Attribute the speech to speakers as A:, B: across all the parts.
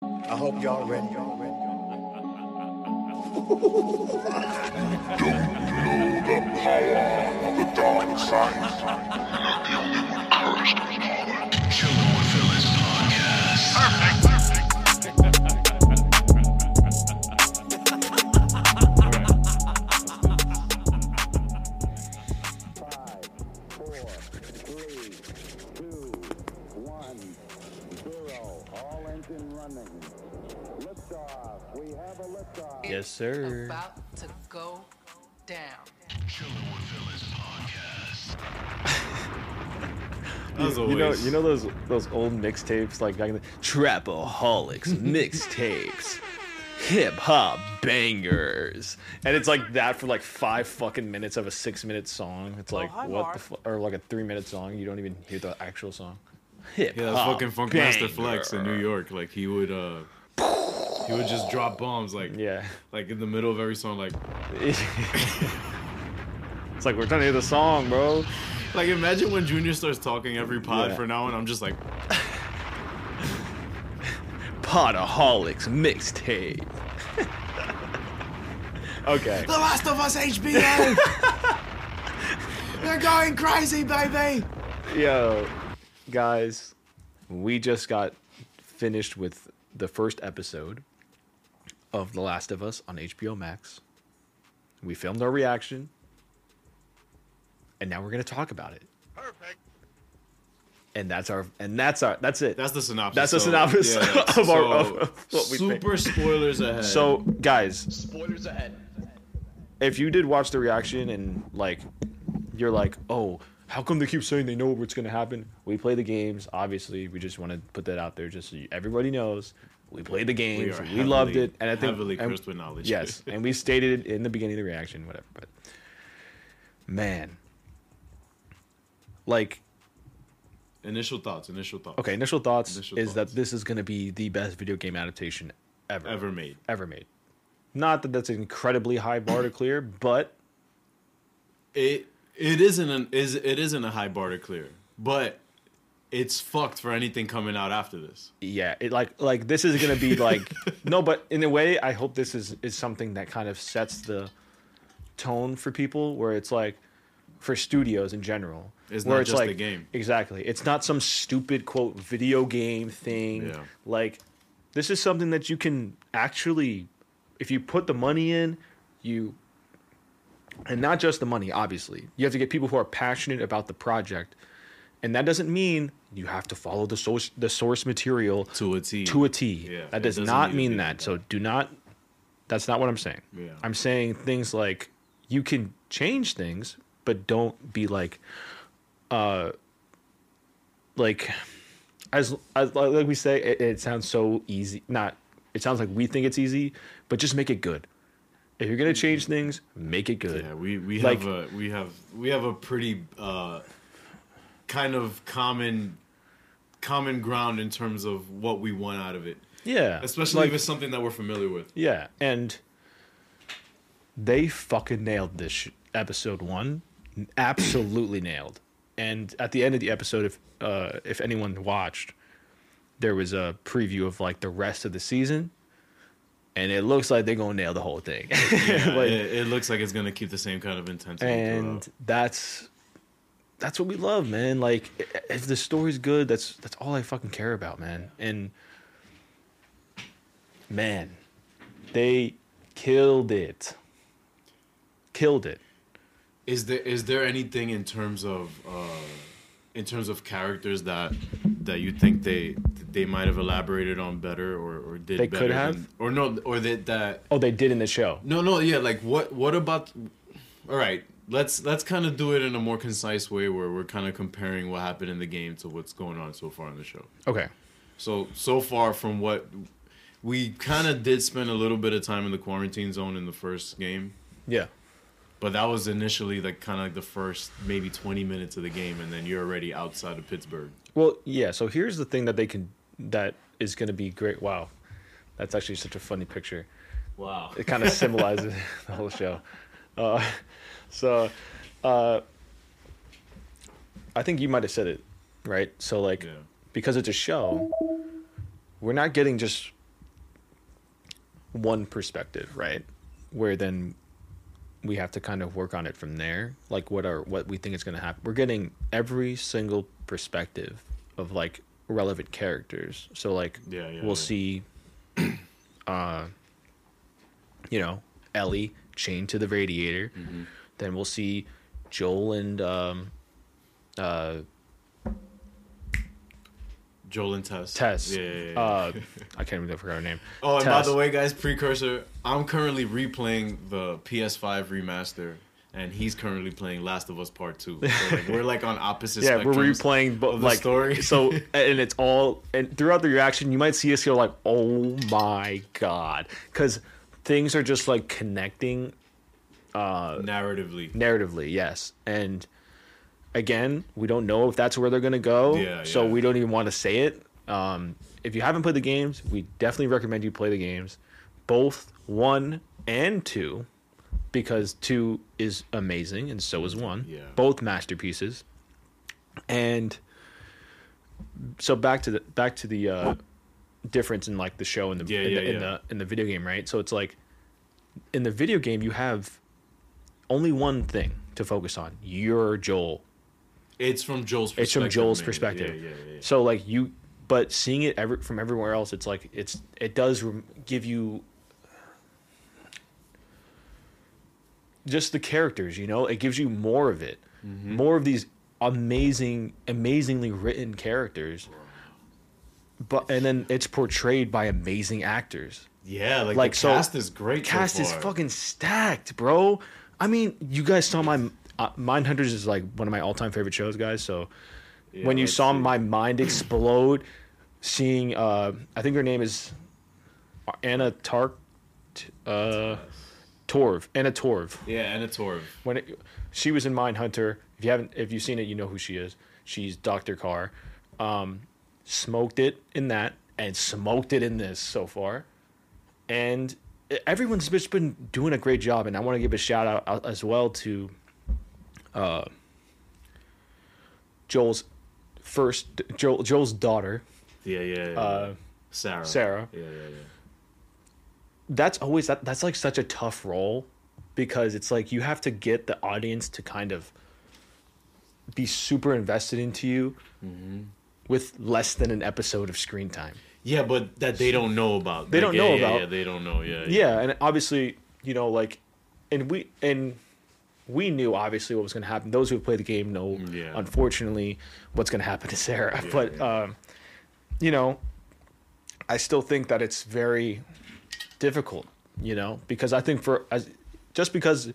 A: I hope y'all ready.
B: Five, four, three, two, one, zero. All engine running. Liftoff. We have a liftoff.
C: Yes, sir.
D: About to go down.
C: You,
E: As
C: you know,
E: always.
C: you know those those old mixtapes like back in the Trapaholics mixtapes, hip hop bangers, and it's like that for like five fucking minutes of a six minute song. It's like
E: Oh, hi,
C: what
E: Mark.
C: the fu- or like a three minute song. You don't even hear the actual song. Hip
E: Yeah, that's fucking Funk Master Flex in New York. Like he would uh he would just drop bombs like
C: Yeah,
E: like in the middle of every song, like
C: it's like we're trying to hear the song, bro.
E: like imagine when Junior starts talking every pod
C: Yeah.
E: for now and I'm just like
C: Potaholics mixtape. okay.
E: The Last of Us HBO They're going crazy, baby!
C: Yo, guys, we just got finished with the first episode of The Last of Us on HBO Max. We filmed our reaction, and now we're gonna talk about it.
F: Perfect.
C: And that's our and that's our that's it.
E: That's the synopsis.
C: That's the
E: so-
C: synopsis of our- of- of what we think.
E: super spoilers ahead.
C: so, guys,
F: Spoilers ahead.
C: if you did watch the reaction and like, you're like, oh. How come they keep saying they know what's going to happen? We play the games, obviously. We just want to put that out there, just so you- everybody knows. We played the
E: we,
C: games.
E: are
C: We, loved
E: heavily-
C: it, and I think
E: heavily
C: and-
E: cursed with knowledge.
C: Yes, and we stated it in the beginning of the reaction, whatever. But man, like,
E: initial thoughts, initial thoughts.
C: okay, initial thoughts
E: Initial
C: is
E: thoughts.
C: that this is going to be the best video game adaptation ever,
E: Ever made.
C: ever made. Not that that's an incredibly high bar to clear, but
E: it it isn't an is it isn't a high bar to clear, but it's fucked for anything coming out after this.
C: yeah, it like like this is going to be like no, but in a way, I hope this is is something that kind of sets the tone for people where it's like for studios in general.
E: It's
C: where
E: not just the game.
C: Exactly. It's not some stupid quote video game thing.
E: Yeah.
C: Like this is something that you can actually if you put the money in, you and not just the money, obviously. You have to get people who are passionate about the project. And that doesn't mean you have to follow the source the source material
E: To a T.
C: to a T.
E: Yeah,
C: that
E: it
C: does
E: doesn't
C: not
E: need to
C: mean
E: be
C: that. So do not. That's not what I'm saying.
E: Yeah.
C: I'm saying things like you can change things, but don't be like, uh, like, as, as like like we say, it, it sounds so easy. Not it sounds like we think it's easy, but just make it good. If you're gonna change things, make it good.
E: Mm-hmm. Yeah, we we
C: Like-
E: have a we have we have a pretty uh, kind of common common ground in terms of what we want out of it,
C: yeah.
E: especially
C: like-
E: if it's something that we're familiar with.
C: Yeah, and they fucking nailed this sh- episode one, absolutely nailed. And at the end of the episode, if uh, if anyone watched, there was a preview of like the rest of the season, and it looks like they're gonna nail the whole thing.
E: Yeah,
C: Like-
E: it, it looks like it's gonna keep the same kind of intensity.
C: and
E: throughout.
C: that's that's what we love, man. Like i- if the story's good, that's that's all I fucking care about, man. And man, they killed it. Killed it.
E: is there is there anything in terms of uh, in terms of characters that that you think they they might have elaborated on better or, or did
C: They
E: better
C: could have?
E: than- or no or that that
C: Oh, they did in the show.
E: no no yeah like what what about all right let's let's kind of do it in a more concise way where we're kind of comparing what happened in the game to what's going on so far in the show
C: Okay.
E: so so far from what we kind of did spend a little bit of time in the quarantine zone in the first game
C: Yeah.
E: but that was initially like kind of like the first maybe 20 minutes of the game, and then you're already outside of Pittsburgh.
C: Well, yeah. So here's the thing that they can that is going to be great. Wow, that's actually such a funny picture.
E: Wow.
C: it kind of symbolizes the whole show. Uh, so, uh, I think you might have said it, right? So, like,
E: Yeah.
C: because it's a show, we're not getting just one perspective, right? Where then we have to kind of work on it from there, like what are what we think is going to happen. We're getting every single perspective of like relevant characters. So like
E: Yeah, yeah,
C: we'll
E: yeah.
C: see uh you know, Ellie chained to the radiator.
E: Mm-hmm.
C: Then we'll see Joel and um
E: Joel and Tess.
C: Tess.
E: Yeah. yeah, yeah.
C: Uh I can't remember I forgot her name.
E: oh, and
C: Tess.
E: by the way, guys, precursor. I'm currently replaying the PS5 remaster, and he's currently playing Last of Us Part Two. So, like, we're like on opposite.
C: yeah, we're
E: spectrums.
C: replaying but
E: of the
C: like
E: story.
C: so, and it's all and throughout the reaction, you might see us go like, "Oh my god," because things are just like connecting
E: narratively.
C: narratively. Yes, and again, we don't know if that's where they're gonna go,
E: Yeah,
C: so
E: yeah.
C: we don't even want to say it. Um, if you haven't played the games, we definitely recommend you play the games, both one and two, because two is amazing and so is one.
E: Yeah.
C: both masterpieces, and so back to the back to the uh, difference in like the show and the
E: Oh. Yeah,
C: in,
E: yeah,
C: the, in
E: yeah.
C: the in the video game, right? So it's like in the video game you have only one thing to focus on. You're Joel.
E: It's from Joel's. perspective.
C: It's from Joel's
E: man.
C: perspective.
E: Yeah, yeah, yeah, yeah.
C: So like you, but seeing it every, from everywhere else, it's like it's it does rem- give you just the characters. You know, it gives you more of it,
E: Mm-hmm.
C: more of these amazing, amazingly written characters. But and then it's portrayed by amazing actors.
E: Yeah, like,
C: Like,
E: the
C: so-
E: cast is great. so
C: Cast is
E: far.
C: fucking stacked, bro. I mean, you guys saw my uh, Mindhunters is like one of my all-time favorite shows, guys. So
E: Yeah,
C: when you
E: let's
C: saw
E: see.
C: my mind explode, seeing uh, I think her name is Anna Tark, uh, Torv, Anna Torv.
E: Yeah, and a Torv.
C: When it, she was in Mindhunter, if you haven't, if you've seen it, you know who she is. She's Doctor Carr. Um, smoked it in that, and smoked it in this so far, and everyone's just been doing a great job. And I want to give a shout out uh, as well to uh, Joel's first Joel, Joel's daughter.
E: Yeah, yeah. yeah.
C: Uh,
E: Sarah.
C: Sarah.
E: Yeah, yeah, yeah.
C: that's always that that's like such a tough role because it's like you have to get the audience to kind of be super invested into you with less than an episode of screen time.
E: Yeah, but that they don't know about.
C: They don't
E: yeah,
C: know
E: yeah,
C: about.
E: Yeah, they don't know. Yeah,
C: Yeah, and obviously, you know, like and we and we knew obviously what was going to happen. Those who have played the game know
E: Mm, Yeah.
C: unfortunately what's going to happen to Sarah,
E: Yeah,
C: but
E: yeah.
C: um you know, I still think that it's very difficult, you know, because I think for as just because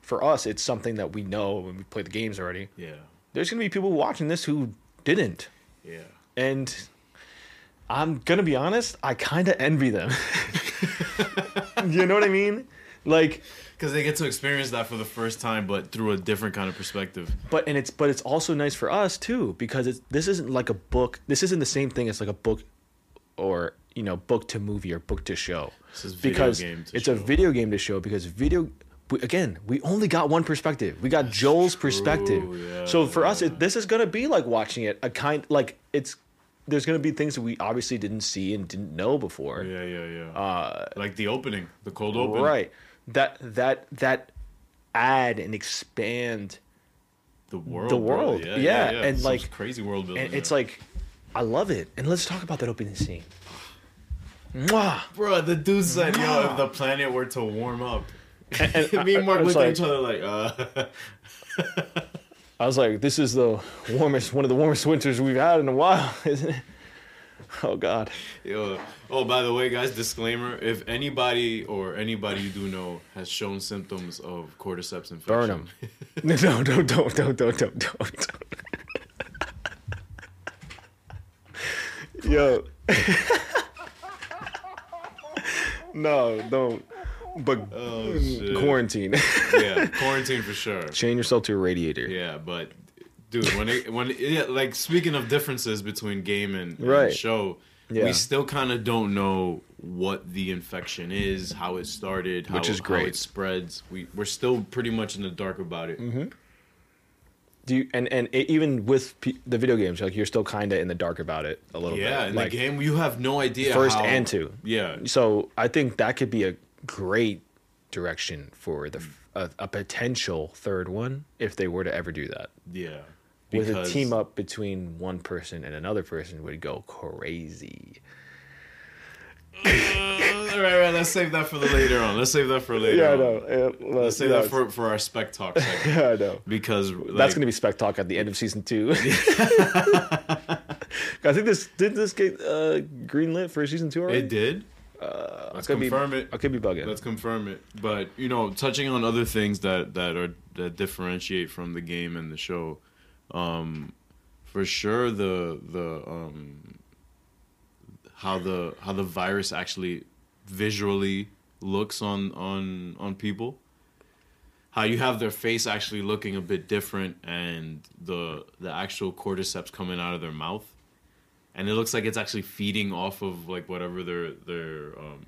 C: for us it's something that we know when we play the games already.
E: Yeah,
C: There's going to be people watching this who didn't.
E: yeah.
C: And I'm going to be honest, I kind of envy them. you know what I mean? Like
E: Because they get to experience that for the first time, but through a different kind of perspective.
C: but and it's but it's also nice for us too because it's this isn't like a book. This isn't the same thing as like a book or you know book to movie or book to show.
E: This is video
C: because
E: game to
C: it's a
E: show.
C: video game to show because video we, again we only got one perspective. We got Joel's perspective.
E: yeah,
C: so for us, it, this is gonna be like watching it a kind like it's there's gonna be things that we obviously didn't see and didn't know before.
E: Yeah, yeah, yeah. Uh, like the opening, the cold open.
C: Right. That that that add and expand
E: The world.
C: The
E: bro.
C: world, yeah,
E: Yeah, yeah, yeah.
C: and
E: Some
C: like-
E: crazy world building.
C: and it's
E: yeah.
C: like I love it. And let's talk about that opening scene. Mwah.
E: bro, the dude said, "Yo, if the planet were to warm up."
C: And
E: Me and Mark
C: I, I, was
E: looked at
C: like,
E: each other like, uh,
C: I was like, this is the warmest, one of the warmest winters we've had in a while, isn't it? Oh God.
E: Yo, oh, by the way, guys, disclaimer: if anybody or anybody you do know has shown symptoms of cordyceps infection,
C: Burn them. no, no, don't, don't, don't, don't, don't, don't. Yo. no, don't. But
E: Oh shit!
C: Uh, quarantine.
E: yeah, quarantine for sure.
C: Chain yourself to a radiator.
E: Yeah, but dude, when it when it, yeah, like speaking of differences between game and, and
C: Right.
E: show,
C: Yeah.
E: we still kind of don't know what the infection is, how it started, how,
C: Which is
E: how
C: great. Mm-hmm.
E: it spreads. We we're still pretty much in the dark about it.
C: do you and and it, even with p- the video games, like you're still kind of in the dark about it a little bit.
E: Yeah, in
C: like,
E: the game you have no idea
C: first
E: how-
C: and two.
E: Yeah,
C: So I think that could be a great direction for the f- a, a potential third one if they were to ever do that.
E: yeah.
C: With a team up between one person and another person would go crazy.
E: All right, all right. Let's save that for the later on. Let's save that for later. on. Let's save that for, for our spec talk segment
C: I know.
E: because like,
C: That's gonna be spec talk at the end of season two. I think this did this get uh, greenlit for season two already.
E: It did. Let's
C: could Uh, be-
E: confirm it.
C: I could be bugging.
E: Let's confirm it. But you know, touching on other things that that are that differentiate from the game and the show, um, for sure the the um, how the how the virus actually visually looks on on on people. How you have their face actually looking a bit different, and the the actual cordyceps coming out of their mouth, and it looks like it's actually feeding off of like whatever their their um,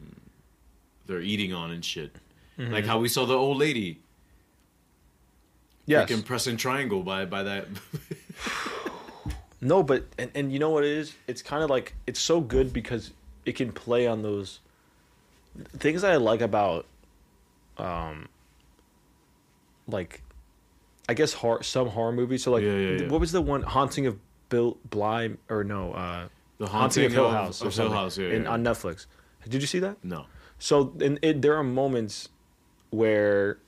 E: they're eating on and shit.
C: Mm-hmm.
E: Like how we saw the old lady
C: yes.
E: freaking pressing triangle by by that.
C: No, but and, and you know what it is? It's kind of like it's so good because it can play on those things I like about um like I guess horror, some horror movies. So like
E: Yeah, yeah, yeah.
C: what was the one Haunting of Bill Bly or no, uh
E: The
C: Haunting, of Hill House or
E: of Hill
C: something
E: House, yeah,
C: in,
E: yeah.
C: on Netflix. Did you see that?
E: no.
C: So in it, there are moments where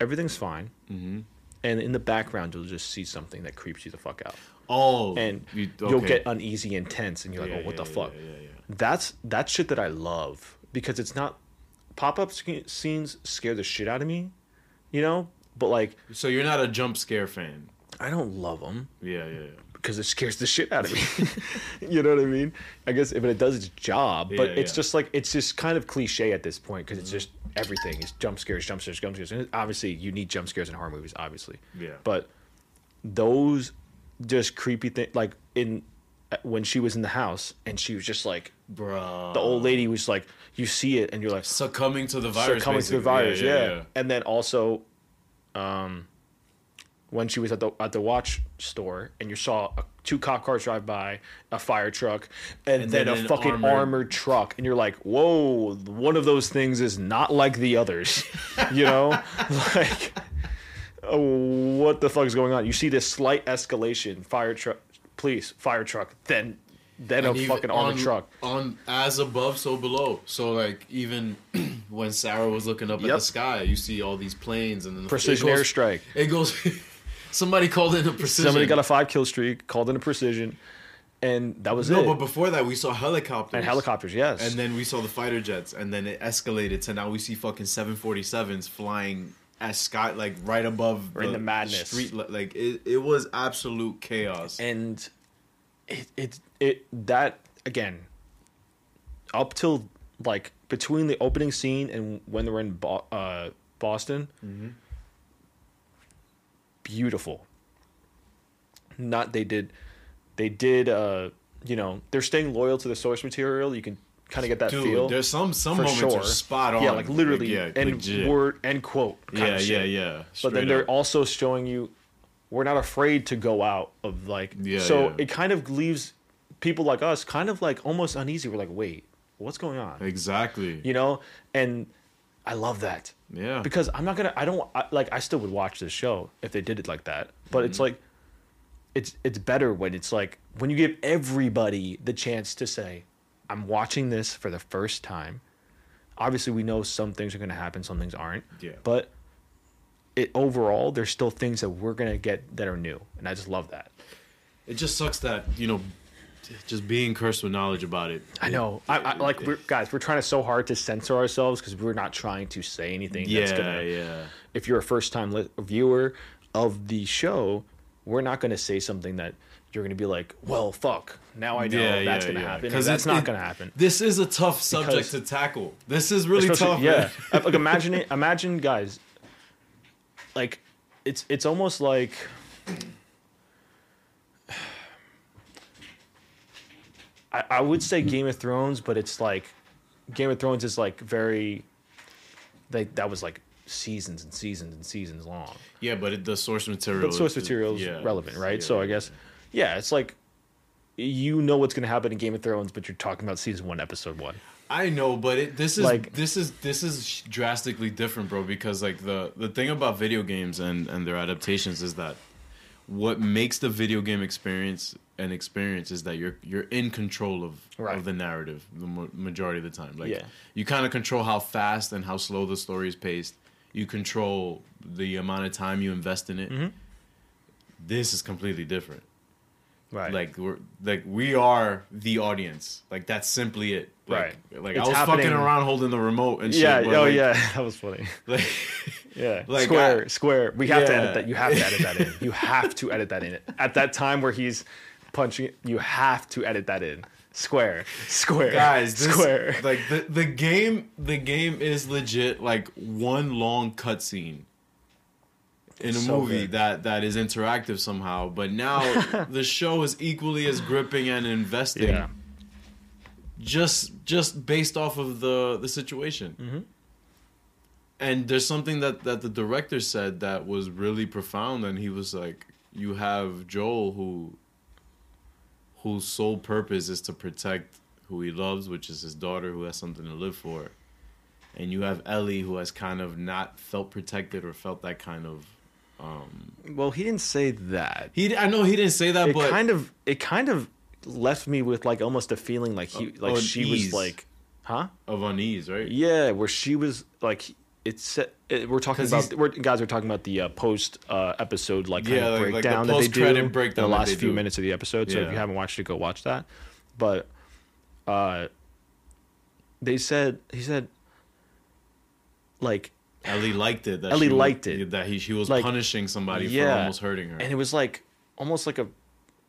C: everything's fine.
E: Mm-hmm.
C: And in the background, you'll just see something that creeps you the fuck out
E: Oh,
C: and you,
E: you-
C: will
E: okay.
C: get uneasy and tense and you're like
E: Yeah,
C: oh what
E: yeah,
C: the
E: yeah,
C: fuck
E: yeah, yeah,
C: that's that's shit that i love because it's not pop-up sc- scenes scare the shit out of me you know but like
E: So you're not a jump scare fan.
C: i don't love them
E: Yeah, yeah, yeah.
C: because it scares the shit out of me you know what i mean i guess but it does its job but
E: Yeah,
C: it's
E: yeah.
C: just like it's just kind of cliche at this point because it's just everything is jump scares jump scares jump scares and obviously you need jump scares in horror movies obviously
E: Yeah.
C: but those just creepy things like in uh, when she was in the house and she was just like
E: Bro.
C: the old lady was like you see it and you're like
E: Succumbing to the virus.
C: succumbing to the
E: basically.
C: virus. Yeah, And then also, um, when she was at the at the watch store, and you saw a, two cop cars drive by, a fire truck, and,
E: And
C: then,
E: then
C: a
E: an
C: fucking armored...
E: armored-
C: truck, and you're like, whoa, one of those things is not like the others, you know, like. Oh, what the fuck is going on? You see this slight escalation: fire truck, police, fire truck, then, then
E: And
C: a
E: even
C: fucking armored
E: on-
C: truck.
E: On as above, so below. So like even when Sarah was looking up at
C: Yep.
E: the sky, you see all these planes and then the,
C: Precision
E: it goes-
C: airstrike.
E: It goes. somebody called in a precision.
C: Somebody got a five kill streak, called in a precision, and that was
E: No,
C: it.
E: but before that, we saw helicopters.
C: and helicopters, yes.
E: And then we saw the fighter jets, and then it escalated to now we see fucking 747s flying at sky, like right above
C: Right in the madness.
E: Street, li- like it, it was absolute chaos.
C: and it it it that again up till like between the opening scene and when they were in Bo- uh, Boston,
E: Mm-hmm.
C: beautiful. Not they did, they did. Uh, you know, they're staying loyal to the source material. You can kind of get that
E: Dude,
C: feel.
E: there's some some
C: for
E: moments
C: sure.
E: are spot on.
C: Yeah, like literally
E: Like, yeah,
C: end
E: legit.
C: word end quote. kind
E: Yeah,
C: of
E: yeah,
C: shit.
E: yeah.
C: but then
E: Straight
C: they're
E: up.
C: also showing you we're not afraid to go out of like
E: Yeah,
C: so
E: yeah.
C: it kind of leaves people like us kind of like almost uneasy we're like wait what's going on
E: exactly.
C: you know and i love that
E: Yeah.
C: because i'm not gonna i don't I, like i still would watch this show if they did it like that but it's
E: Mm-hmm.
C: like it's it's better when it's like when you give everybody the chance to say i'm watching this for the first time obviously we know some things are gonna happen some things aren't
E: Yeah.
C: but it overall there's still things that we're gonna get that are new and i just love that
E: it just sucks that you know, just being cursed with knowledge about it.
C: I know. I, I like we're, guys. We're trying so hard to censor ourselves because we're not trying to say anything. that's
E: Yeah,
C: gonna,
E: yeah.
C: if you're a first time li- viewer of the show, we're not going to say something that you're going to be like, well, fuck, now I know that's going to happen. Because that's
E: it's-
C: not
E: it-
C: going to happen.
E: This is a tough subject
C: Because-
E: to tackle. This is really tough.
C: Especially-
E: man.
C: yeah. like imagine it. Imagine guys. Like, it's it's almost like. I, I would say Game of Thrones, but it's like Game of Thrones is like very. Like that was like seasons and seasons and seasons long.
E: Yeah, but it, the source material.
C: But source
E: is-
C: material is
E: yeah,
C: relevant, right?
E: yeah,
C: so I guess, yeah, it's like you know what's going to happen in Game of Thrones, but you're talking about season one, episode one.
E: I know, but it, this is
C: Like-
E: this is this is drastically different, bro. Because like the the thing about video games and and their adaptations is that what makes the video game experience an experience is that you're you're in control of
C: Right.
E: of the narrative the ma- majority of the time. Like
C: Yeah.
E: you kind of control how fast and how slow the story is paced. You control the amount of time you invest in
C: Mm-hmm.
E: it. This is completely different
C: Right.
E: like we're like we are the audience like that's simply it like,
C: Right.
E: like
C: It's
E: i was fucking
C: happening-
E: around holding the remote and shit
C: yeah.
E: but,
C: Oh,
E: like-
C: yeah. That was funny.
E: like,
C: Yeah.
E: Like,
C: square,
E: I-
C: square. We have to edit
E: Yeah.
C: that. You have to edit that in. You have to edit that in. At that time where he's punching, you have to edit that in. Square, square,
E: guys this,
C: square.
E: like the, the game the game is legit like one long cutscene in a
C: So
E: movie
C: good.
E: that that is interactive somehow but now the show is equally as gripping and investing
C: yeah.
E: just just based off of the the situation. And there's something that that the director said that was really profound, and he was like, "You have Joel who whose sole purpose is to protect who he loves, which is his daughter, who has something to live for." And you have Ellie, who has kind of not felt protected or felt that kind of.
C: Well, he didn't say that.
E: He, I know he didn't say that,
C: It
E: but
C: kind of, it kind of left me with like almost a feeling like he, like
E: oh, an
C: she was
E: ease.
C: like, huh?
E: of unease, right?
C: Yeah, where she was like, it's it, we're talking
E: 'Cause
C: about
E: he's-
C: we're, guys. We're talking about the uh, post uh, episode like kind
E: Yeah,
C: of
E: like- like the
C: breakdown that they do.
E: post-credit
C: in
E: breakdown
C: the
E: that
C: last
E: they
C: few
E: do.
C: minutes of the episode. So if
E: Yeah.
C: you haven't watched it, go watch that. But uh, they said he said like
E: Ellie liked it. That
C: Ellie
E: she was-
C: liked it.
E: That he, she was
C: Like,
E: punishing somebody
C: yeah,
E: for almost hurting her.
C: and it was like almost like a.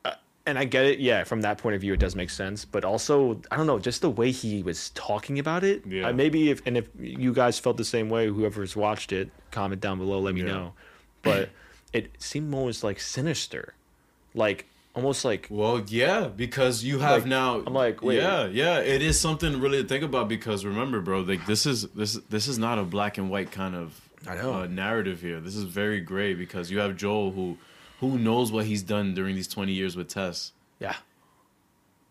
C: uh, And I get it, yeah. From that point of view, it does make sense. But also, I don't know, just the way he was talking about it.
E: Yeah.
C: I, maybe if and if you guys felt the same way, whoever's watched it, comment down below, let me
E: Yeah.
C: know. But it seemed almost like sinister, like almost like
E: Well, yeah, because you have
C: Like,
E: now.
C: I'm like, wait.
E: yeah, yeah. It is something really to think about because remember, bro, like this is this this is not a black and white kind of
C: I know.
E: Uh, narrative here. This is very gray because you have Joel who who knows what he's done during these twenty years with Tess,
C: yeah,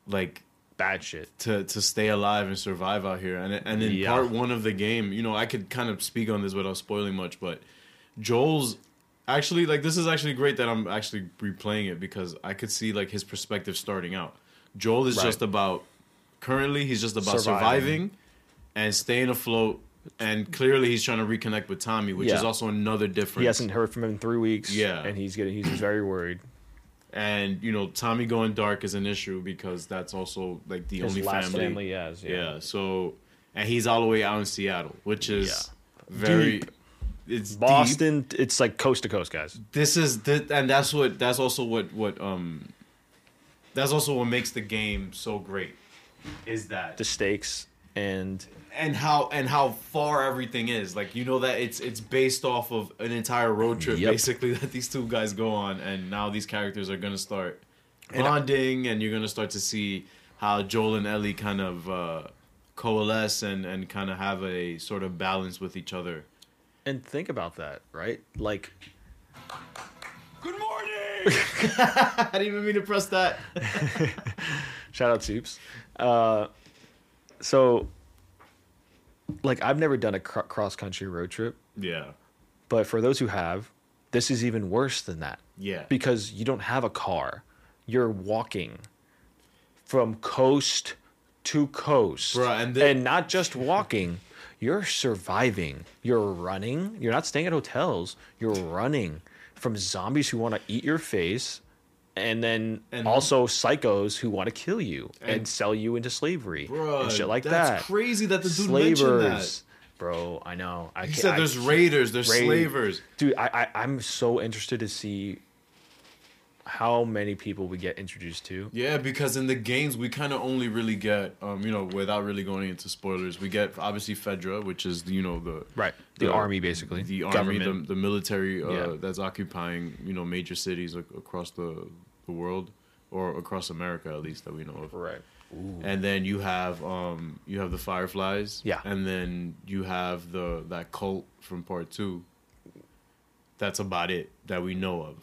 E: like
C: bad shit.
E: to to stay alive and survive out here. And and in
C: Yeah.
E: part one of the game, you know, I could kind of speak on this without spoiling much, but Joel's actually like this is actually great that I'm actually replaying it because I could see like his perspective starting out. Joel is
C: Right.
E: just about currently he's just about surviving,
C: Surviving.
E: and staying afloat. And clearly, he's trying to reconnect with Tommy, which is
C: Yeah.
E: also another difference.
C: He hasn't heard from him in three weeks.
E: Yeah.
C: and he's getting he's very worried.
E: and you know, Tommy going dark is an issue because that's also like the
C: His
E: only
C: last
E: family.
C: family, yes, yeah.
E: Yeah. So, and he's all the way out in Seattle, which is
C: Yeah.
E: very.
C: Deep.
E: It's Boston.
C: Boston, it's like coast to coast, guys.
E: This is the, and that's what that's also what what um. That's also what makes the game so great, is that
C: The stakes and
E: and how and how far everything is. Like you know that it's it's based off of an entire road trip
C: Yep.
E: basically that these two guys go on, and now these characters are gonna start bonding, and you're gonna start to see how Joel and Ellie kind of uh, coalesce and and kind of have a sort of balance with each other.
C: and think about that, right? Like
E: Good morning. I didn't even mean to press that.
C: Shout out Soups. Uh, so, like, I've never done a cr- cross country road trip,
E: Yeah.
C: but for those who have, this is even worse than that.
E: Yeah.
C: Because you don't have a car, you're walking from coast to coast.
E: Bruh, and the-
C: and not just walking, you're surviving. You're running. You're not staying at hotels, you're running from zombies who want to eat your face. And then
E: And-
C: also psychos who want to kill you and,
E: And-
C: sell you into slavery
E: Bruh,
C: and shit like
E: that's
C: that.
E: crazy that the dude mentioned that.
C: Slavers, bro. I know. I
E: He
C: can't-
E: said
C: I
E: there's raiders, there's
C: raid.
E: slavers.
C: Dude, I, I I'm so interested to see how many people we get introduced to.
E: Yeah, because in the games we kind of only really get, um, you know, without really going into spoilers, we get obviously Fedra, which is you know the
C: Right, the army, basically.
E: the army,
C: Government.
E: the, the military uh,
C: Yeah.
E: that's occupying you know major cities ac- across the the world or across America at least that we know of.
C: Right.
E: and then you have um you have the Fireflies.
C: Yeah.
E: and then you have the that cult from part two. That's about it that we know of.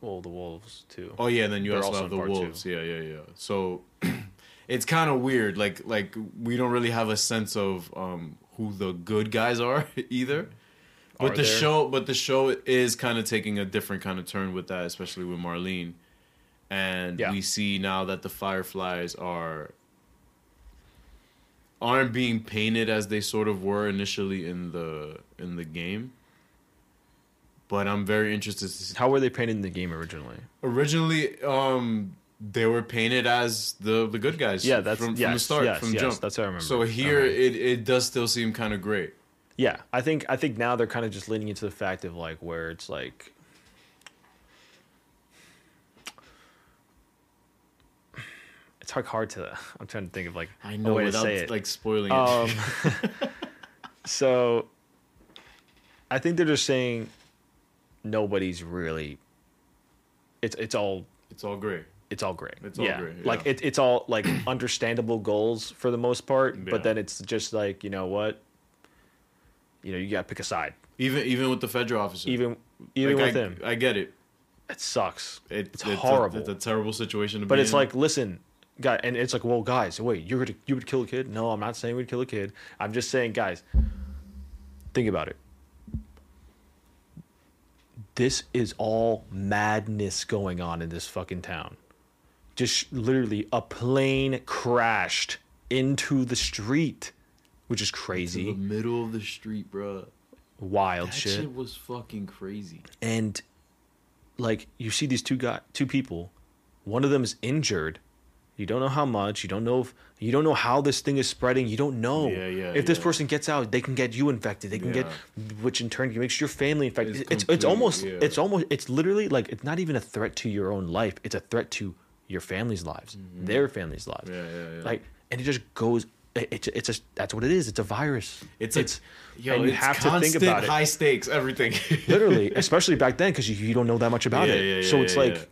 C: Well, the wolves too.
E: Oh yeah, and then you
C: They're
E: also,
C: also
E: have the
C: in part two.
E: wolves. Yeah, yeah, yeah. So it's kind of weird. Like like we don't really have a sense of um who the good guys are either. But
C: Are
E: the
C: there?
E: show but the show is kind of taking a different kind of turn with that, especially with Marlene. And
C: Yeah.
E: we see now that the fireflies are aren't being painted as they sort of were initially in the in the game. But I'm very interested to see
C: How were they painted in the game originally?
E: originally um they were painted as the the good guys
C: Yeah, that's-
E: from, from the
C: yes,
E: start
C: yes,
E: from
C: yes,
E: jump
C: that's what I remember.
E: so here
C: Alright.
E: it, it does still seem kind of great
C: Yeah, I think I think now they're kind of just leaning into the fact of like where it's like it's like hard to I'm trying to think of like
E: i
C: a
E: know
C: way
E: without
C: to say it.
E: like spoiling
C: Um,
E: it
C: so I think they're just saying nobody's really. It's it's all
E: it's all great
C: it's all great.
E: It's all
C: yeah.
E: great,
C: Like
E: yeah.
C: it, it's all like understandable goals for the most part,
E: Yeah.
C: but then it's just like you know what. You know you gotta pick a side.
E: even even with the federal officer
C: Even even
E: Like,
C: with
E: I,
C: him,
E: I get it,
C: it sucks.
E: It-
C: it's,
E: a-
C: horrible.
E: it's a terrible situation to
C: But
E: be
C: it's
E: in.
C: like, listen, guy, and it's like, well, guys, wait, you're gonna you would kill a kid? No, I'm not saying we'd kill a kid. I'm just saying, guys, think about it. This is all madness going on in this fucking town. Just literally, a plane crashed into the street, which is
E: in the
C: crazy,
E: middle of the street bro
C: wild
E: that
C: Oh, shit.
E: shit was fucking crazy
C: and like you see these two guy two people one of them is injured you don't know how much you don't know if you don't know how this thing is spreading you don't know
E: Yeah, yeah,
C: if this
E: yeah.
C: person gets out they can get you infected they can get which in turn makes your family infected it's it's, it's
E: complete,
C: almost
E: yeah.
C: it's almost it's literally like it's not even a threat to your own life it's a threat to your family's lives their family's lives
E: Mm-hmm. Yeah, yeah, yeah.
C: like and it just goes it, it's it's a that's what it is it's a virus
E: it's like, yo,
C: and you
E: it's
C: have to think
E: constant
C: about it
E: high stakes everything
C: literally, especially back then, because you, you don't know that much about
E: Yeah,
C: it.
E: yeah,
C: so
E: yeah,
C: it's
E: yeah,
C: like,
E: yeah.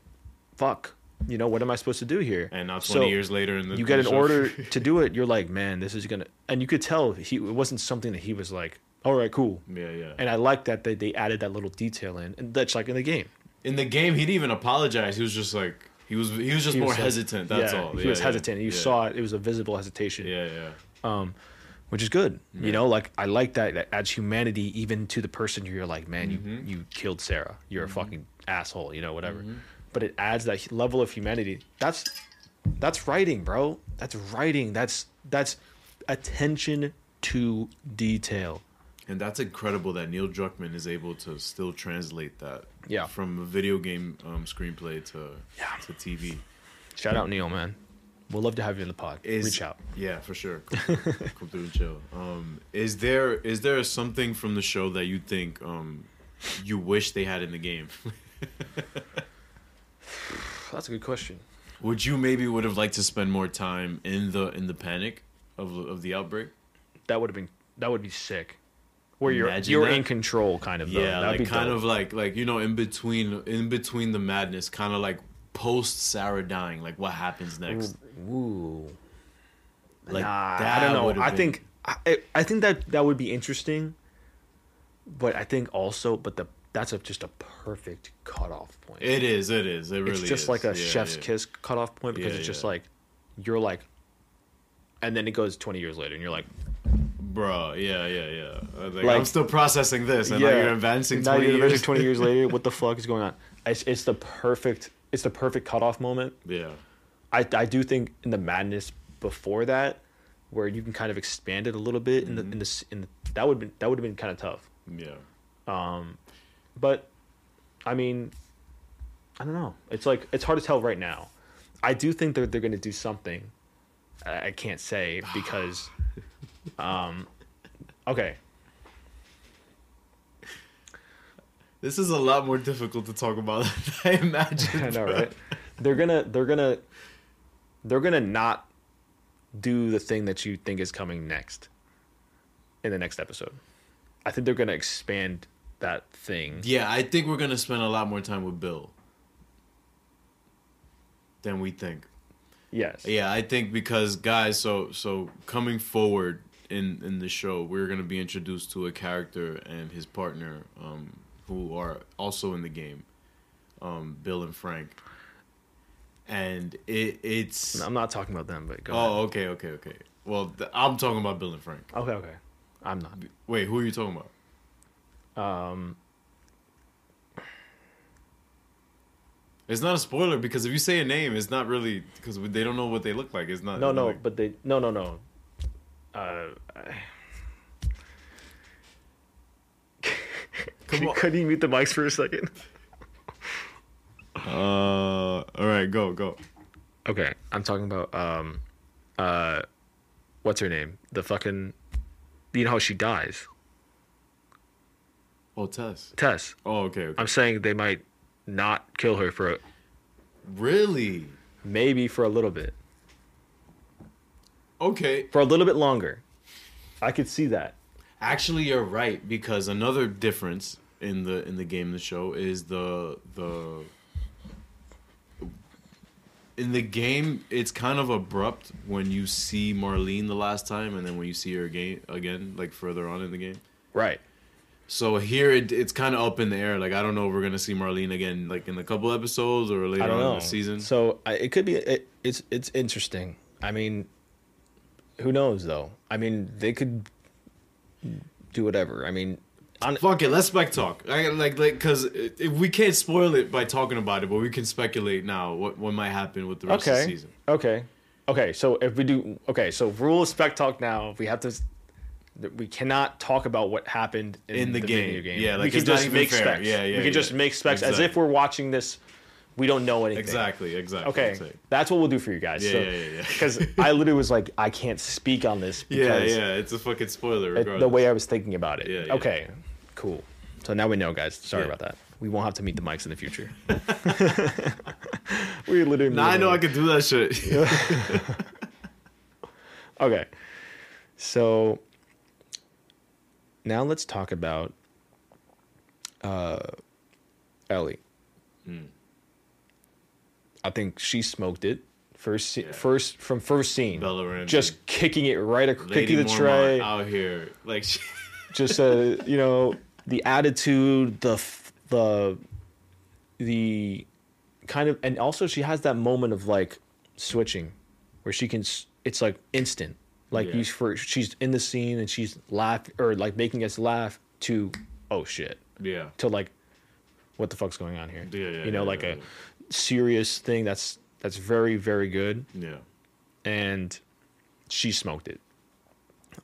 C: fuck, you know, what am I supposed to do here?
E: and now 20
C: So
E: years later in the
C: you get an
E: show-
C: order to do it. You're like, man, this is gonna, and you could tell he it wasn't something that he was like, all right, cool.
E: yeah yeah
C: And I like that they, they added that little detail in, and that's like in the game.
E: in the game he didn't even apologize he was just like he was he was just
C: He
E: more
C: was like-
E: hesitant that's
C: yeah,
E: all
C: He
E: Yeah,
C: was
E: yeah,
C: hesitant. You
E: yeah.
C: saw it. It was a visible hesitation.
E: yeah yeah
C: which is good. You know, like I like that that adds humanity even to the person who you're like, man, you you killed Sarah. You're a fucking asshole, you know, whatever. But it adds that hu- level of humanity. That's that's writing, bro. That's writing. That's that's attention to detail.
E: and that's incredible that neil druckmann is able to still translate that
C: Yeah.
E: from a video game um, screenplay to
C: Yeah.
E: to tv
C: Shout out Neil, man. We'll love to have you in the pod.
E: is
C: Reach out.
E: yeah for sure come, through- come through and chill um is there is there something from the show that you think um you wish they had in the game
C: That's a good question.
E: would you maybe would have liked to spend more time in the in the panic of of the outbreak
C: That would have been that would be sick. Where you're
E: Imagine
C: you're
E: that.
C: in control kind of though.
E: Yeah,
C: That'd
E: like
C: be
E: kind
C: dope.
E: of like like you know in between in between the madness, kind of like post Sarah dying, like what happens
C: Mm.
E: next?
C: Ooh.
E: Like
C: nah,
E: that
C: I don't know.
E: would've
C: I
E: been-
C: think I, I think that that would be interesting, but I think also, but the that's a, just a perfect cutoff point.
E: it is, it is, it really
C: it's just
E: is.
C: like a
E: Yeah,
C: chef's
E: yeah.
C: kiss cutoff point because
E: Yeah,
C: it's just
E: yeah.
C: like you're like, and then it goes twenty years later, and you're like,
E: bro. Yeah, yeah, yeah. Like, I'm
C: Like-
E: still processing this, and now you're advancing
C: now
E: twenty
C: you're
E: years.
C: advancing twenty years later. What the fuck is going on? It's, it's the perfect. It's the perfect cutoff moment.
E: yeah,
C: I, I do think in the madness before that, where you can kind of expand it a little bit in the in the, s- in the that would been that would have been kind of tough.
E: yeah.
C: But I mean, I don't know. It's like it's hard to tell right now. I do think they're they're gonna do something. I I can't say because, um, okay.
E: This is a lot more difficult to talk about than I imagined.
C: I know,
E: bro.
C: right? They're gonna they're gonna they're gonna not do the thing that you think is coming next in the next episode. I think they're gonna expand that thing.
E: Yeah, I think we're gonna spend a lot more time with Bill than we think.
C: Yes.
E: Yeah, I think because guys, so so coming forward in in the show, we're gonna be introduced to a character and his partner, um, who are also in the game, um, Bill and Frank. And it it's
C: I'm not talking about them, but go
E: oh okay okay okay. Well, th- I'm talking about Bill and Frank.
C: ahead. Okay, okay. I'm not.
E: Wait, who are you talking about?
C: Um,
E: It's not a spoiler because if you say a name, it's not really because they don't know what they look like. It's not.
C: No,
E: it's not
C: no,
E: like-
C: but they no, no, no. Uh, I-
E: Come on.
C: Could you mute the mics for a second?
E: Uh, all right, go go.
C: Okay, I'm talking about um, uh, what's her name? The fucking, you know how she dies,
E: Oh, Tess.
C: Tess.
E: Oh, okay. okay.
C: I'm saying they might not kill her for a,
E: Really?
C: maybe for a little bit,
E: Okay.
C: for a little bit longer. I could see that.
E: Actually, you're right because another difference in the in the game, the show is the the. In the game, it's kind of abrupt when you see Marlene the last time, and then when you see her again, again, like further on in the game.
C: Right.
E: So here, it, it's kind of up in the air. Like I don't know if we're gonna see Marlene again, like in a couple episodes or later
C: I don't
E: on
C: know.
E: in the season.
C: So I, it could be. It, it's it's interesting. I mean, who knows though? I mean, they could do whatever. I mean, on,
E: Fuck it, let's spec talk. I, like, like, cause it, it- we can't spoil it by talking about it, but we can speculate now what what might happen with the rest of the
C: okay,
E: season.
C: okay, okay. So if we do, okay, so rule of spec talk now. We have to. s- that We cannot talk about what happened in,
E: In the game.
C: video game.
E: Yeah, like,
C: we can
E: it's not
C: just
E: even
C: make
E: fair.
C: specs.
E: Yeah, yeah,
C: we can just
E: yeah.
C: make specs as if
E: Exactly.
C: we're watching this. We don't know anything.
E: Exactly, exactly.
C: Okay,
E: that's it.
C: that's what we'll do for you guys.
E: Yeah,
C: so,
E: yeah, yeah, yeah.
C: Because I literally was like, I can't speak on this.
E: Yeah,
C: because
E: yeah. It's a fucking spoiler.
C: it-
E: Regardless.
C: the way I was thinking about it.
E: Yeah, yeah.
C: Okay, cool. So now we know, guys. Sorry
E: Yeah.
C: about that. We won't have to meet the mics in the future. we literally.
E: Now I know I could do that shit.
C: Okay, so now let's talk about uh, Ellie.
E: Mm.
C: I think she smoked it first. se-
E: Yeah.
C: First from first scene,
E: Bella Ramsey.
C: just kicking it right, ac-
E: Lady
C: kicking the
E: Mormont
C: tray.
E: out here, like, she,
C: just uh, you know the attitude the f- the the kind of and also she has that moment of like switching where she can s- it's like instant like
E: Yeah.
C: you for she's in the scene and she's laugh or like making us laugh to oh shit
E: yeah,
C: to like what the fuck's going on here
E: Yeah, yeah,
C: you know
E: yeah,
C: like
E: yeah,
C: a
E: yeah.
C: serious thing that's that's very very good
E: yeah.
C: and she smoked it.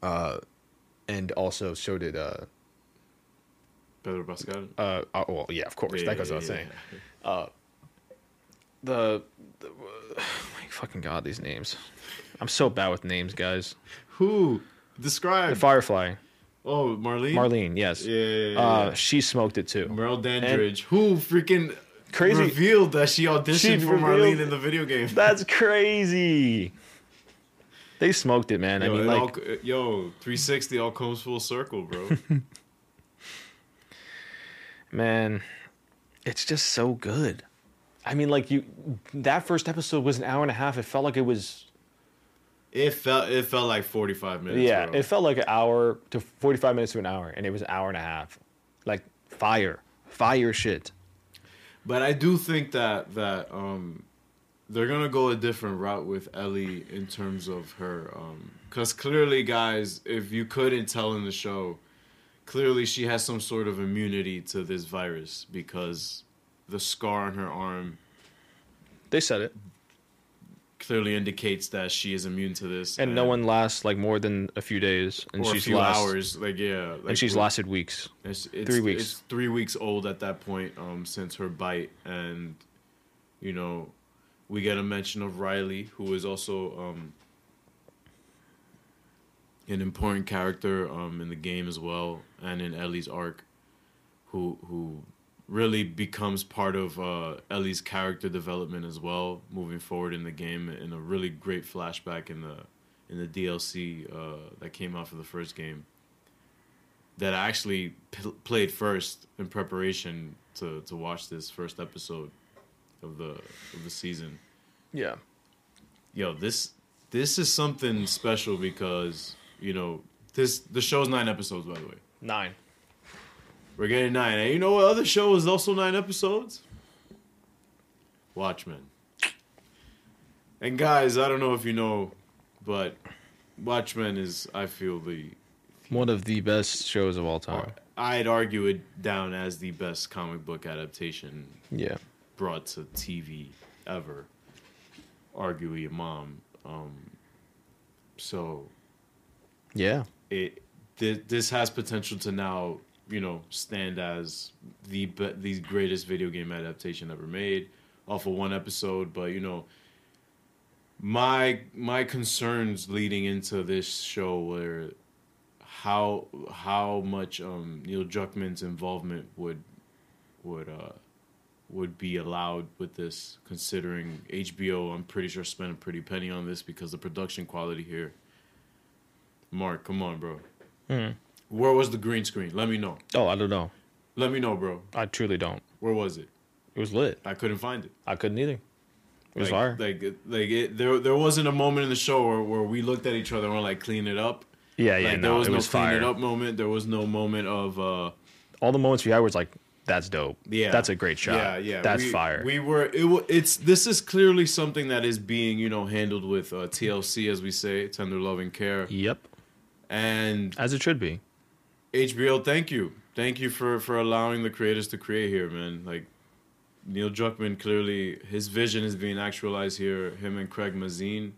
C: Uh, and also so did uh,
E: Pedro Pascal.
C: uh uh, well yeah of course
E: Yeah,
C: that goes
E: yeah,
C: without
E: yeah,
C: saying. Uh,
E: yeah.
C: The, the- my fucking god these names. I'm so bad with names, guys.
E: Who
C: The
E: describe?
C: Firefly,
E: oh, Marlene.
C: Marlene, yes.
E: Yeah, yeah, yeah,
C: Uh, she smoked it too.
E: Merle Dandridge, who freaking
C: Crazy-
E: revealed that she auditioned
C: She
E: for
C: revealed-
E: Marlene in the video game.
C: That's crazy. They smoked it, man.
E: Yo,
C: I mean,
E: it
C: like,
E: all, c- yo, 360 all comes full circle, bro.
C: man, it's just so good. I mean, like you, that first episode was an hour and a half. It felt like it was
E: it felt it felt like 45 minutes.
C: Yeah,
E: bro.
C: it felt like an hour to 45 minutes to an hour, and it was an hour and a half. Like fire, fire shit.
E: but I do think that that um, they're gonna go a different route with Ellie in terms of her, um, because clearly, guys, if you couldn't tell in the show, clearly she has some sort of immunity to this virus because the scar on her arm
C: They said it,
E: clearly indicates that she is immune to this,
C: and no one lasts like more than a few days, and
E: or
C: she's
E: a few
C: last,
E: hours, like yeah, like,
C: and she's
E: we-
C: lasted weeks.
E: It's, it's
C: Three weeks.
E: It's three weeks old at that point um, since her bite, and you know, we get a mention of Riley, who is also um, an important character um, in the game as well, and in Ellie's arc, who who really becomes part of uh, Ellie's character development as well, moving forward in the game in a really great flashback in the in the DLC uh, that came out for the first game that I actually p- played first in preparation to, to watch this first episode of the of the season.
C: Yeah,
E: yo, this this is something special because you know this the show's nine episodes by the way.
C: Nine.
E: We're getting nine. And you know what other show is also nine episodes? Watchmen. And guys, I don't know if you know, but Watchmen is I feel the
C: One of the best shows of all time.
E: I'd argue it down as the best comic book adaptation
C: Yeah.
E: brought to TV ever. Argue with your mom. Um, so
C: Yeah.
E: it th- this has potential to now you know stand as the be- the greatest video game adaptation ever made off of one episode but you know my my concerns leading into this show were how how much um Neil Druckmann's involvement would would uh would be allowed with this considering HBO I'm pretty sure spent a pretty penny on this because the production quality here Mark, come on, bro.
C: Hmm.
E: Where was the green screen? Let me know.
C: Oh, I don't know.
E: Let me know, bro.
C: I truly don't.
E: Where was it?
C: It was lit.
E: I couldn't find it.
C: I couldn't either. It was
E: like,
C: hard.
E: Like, like it, there, there wasn't a moment in the show where, where we looked at each other and were like, clean it up.
C: yeah, yeah.
E: like,
C: no,
E: there was
C: it
E: no
C: was
E: clean
C: fire.
E: it up moment. There was no moment of, uh,
C: All the moments we had was like, that's dope.
E: yeah,
C: That's a great shot.
E: Yeah, yeah,
C: That's
E: we,
C: fire.
E: We were, it, wa- it's this is clearly something that is being, you know, handled with uh, TLC as we say, tender love and care,
C: yep.
E: and
C: As it should be.
E: HBO, thank you, thank you for for allowing the creators to create here, man. Like Neil Druckmann, clearly his vision is being actualized here. Him and Craig Mazin,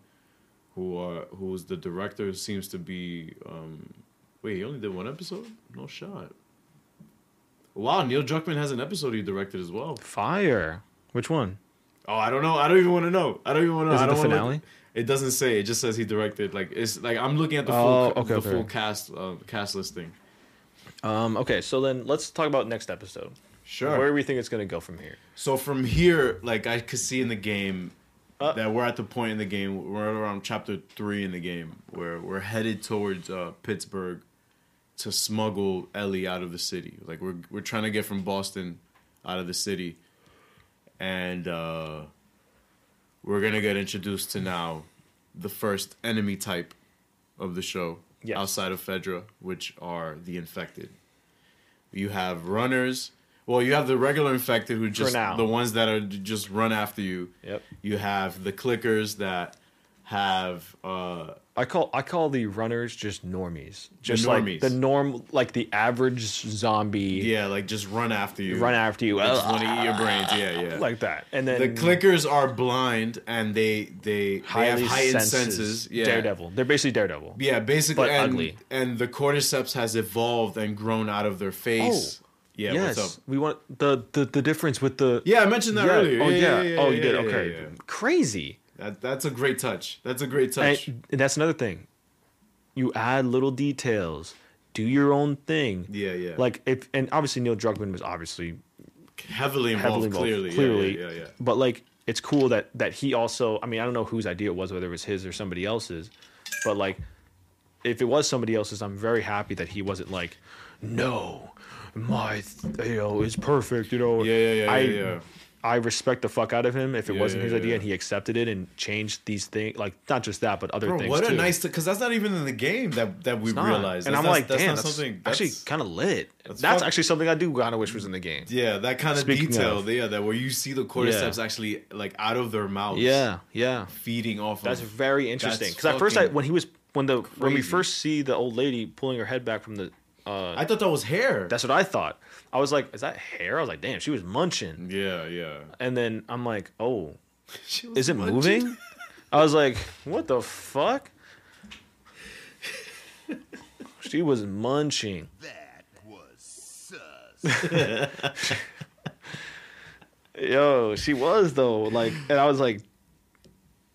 E: who are who's the director, seems to be. Um, wait, he only did one episode? No shot. Wow, Neil Druckmann has an episode he directed as well.
C: Fire. Which one?
E: Oh, I don't know. I don't even want to know. I don't even want to.
C: Is it
E: I
C: the
E: don't wanna look-
C: finale?
E: It doesn't say. It just says he directed. Like it's like I'm looking at the
C: Oh,
E: full ca-
C: okay,
E: the
C: okay.
E: full cast uh, cast listing.
C: Um, okay, so then let's talk about next episode.
E: Sure.
C: Where do we think it's gonna go from here?
E: So from here, like I could see in the game that we're at the point in the game, we're around chapter three in the game, where we're headed towards uh, Pittsburgh to smuggle Ellie out of the city. Like we're we're trying to get from Boston out of the city, and uh, we're gonna get introduced to now the first enemy type of the show
C: Yes.
E: outside of Fedra, which are the infected. You have runners. Well, you have the regular infected who just
C: now.
E: the ones that are just run after you.
C: Yep.
E: You have the clickers that have uh
C: I call I call the runners just normies. Just
E: normies.
C: like the norm like the average zombie
E: yeah, like just run after you.
C: run after you.
E: Just want to eat your brains. Yeah, yeah.
C: like that. And then
E: the clickers are blind and they they, they have
C: highly
E: heightened senses.
C: senses.
E: Yeah.
C: Daredevil. They're basically daredevil.
E: Yeah, basically
C: But
E: and,
C: ugly.
E: and the cordyceps has evolved and grown out of their
C: Oh,
E: face. yeah,
C: yes.
E: what's up?
C: We want the, the the difference with the
E: Yeah, I mentioned that
C: Yeah.
E: earlier.
C: Oh
E: yeah.
C: yeah. oh, you
E: yeah,
C: did.
E: yeah,
C: okay.
E: yeah, yeah.
C: Crazy.
E: That, that's a great touch. That's a great touch.
C: And, and that's another thing. You add little details. Do your own thing.
E: Yeah, yeah.
C: Like if and obviously Neil Druckmann was obviously
E: heavily involved,
C: heavily involved,
E: clearly.
C: clearly.
E: Yeah, yeah, yeah, yeah.
C: But like it's cool that that he also I mean, I don't know whose idea it was, whether it was his or somebody else's, but like if it was somebody else's, I'm very happy that he wasn't like, No, my th- you know, is perfect, you know.
E: Yeah, yeah, yeah, yeah,
C: I,
E: yeah.
C: I respect the fuck out of him if it
E: Yeah,
C: wasn't
E: yeah,
C: his idea
E: yeah.
C: and he accepted it and changed these things like not just that but other
E: Bro,
C: things.
E: what a
C: too.
E: nice because that's not even in the game that that we
C: It's not.
E: realized.
C: And
E: That's
C: I'm
E: not-
C: like,
E: that's
C: damn,
E: not
C: that's
E: something
C: actually
E: that's-
C: kind of lit. That's,
E: fuck-
C: actually something I do kind of wish was in the game.
E: Yeah, that kind of
C: Speaking
E: detail.
C: of.
E: yeah, that where you see the cordyceps actually like out of their mouths.
C: Yeah, yeah.
E: feeding off.
C: That's
E: of,
C: very interesting.
E: That's
C: Because at first, I,
E: fucking
C: when he was when the when we
E: crazy.
C: first see the old lady pulling her head back from the, uh,
E: I thought that was hair.
C: that's what I thought. I was like, is that hair? I was like, damn, she was munching.
E: yeah, yeah.
C: And then I'm like, oh,
E: She was
C: is it
E: munching.
C: moving? I was like, what the fuck? she was munching.
A: That was sus.
C: Yo, she was though. Like, and I was like,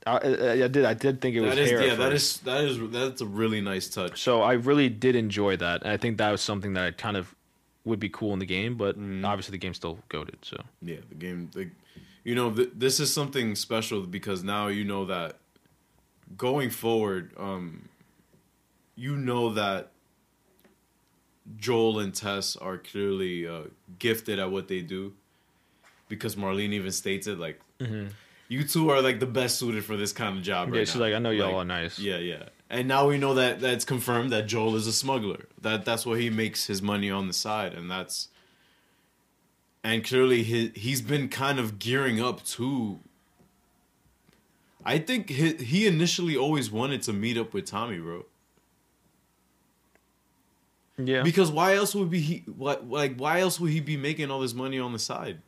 C: I, I, I did, I did think it was
E: That is
C: hair.
E: yeah.
C: at
E: That
C: first.
E: is that is that's a really nice touch.
C: So I really did enjoy that. and I think that was something that I kind of would be cool in the game, but obviously the game's still goaded. So
E: Yeah, the game. The, you know, th- this is something special because now you know that going forward, um, you know that Joel and Tess are clearly uh, gifted at what they do because Marlene even states it like, you two are like the best suited for this kind of job.
C: Mm-hmm. Yeah,
E: right
C: she's
E: now.
C: like, I know y'all are nice.
E: Yeah, yeah. And now we know that that's confirmed that Joel is a smuggler. That that's what he makes his money on the side, and that's and clearly he he's been kind of gearing up to. I think he he initially always wanted to meet up with Tommy, bro.
C: yeah.
E: Because why else would be he what like why else would he be making all this money on the side?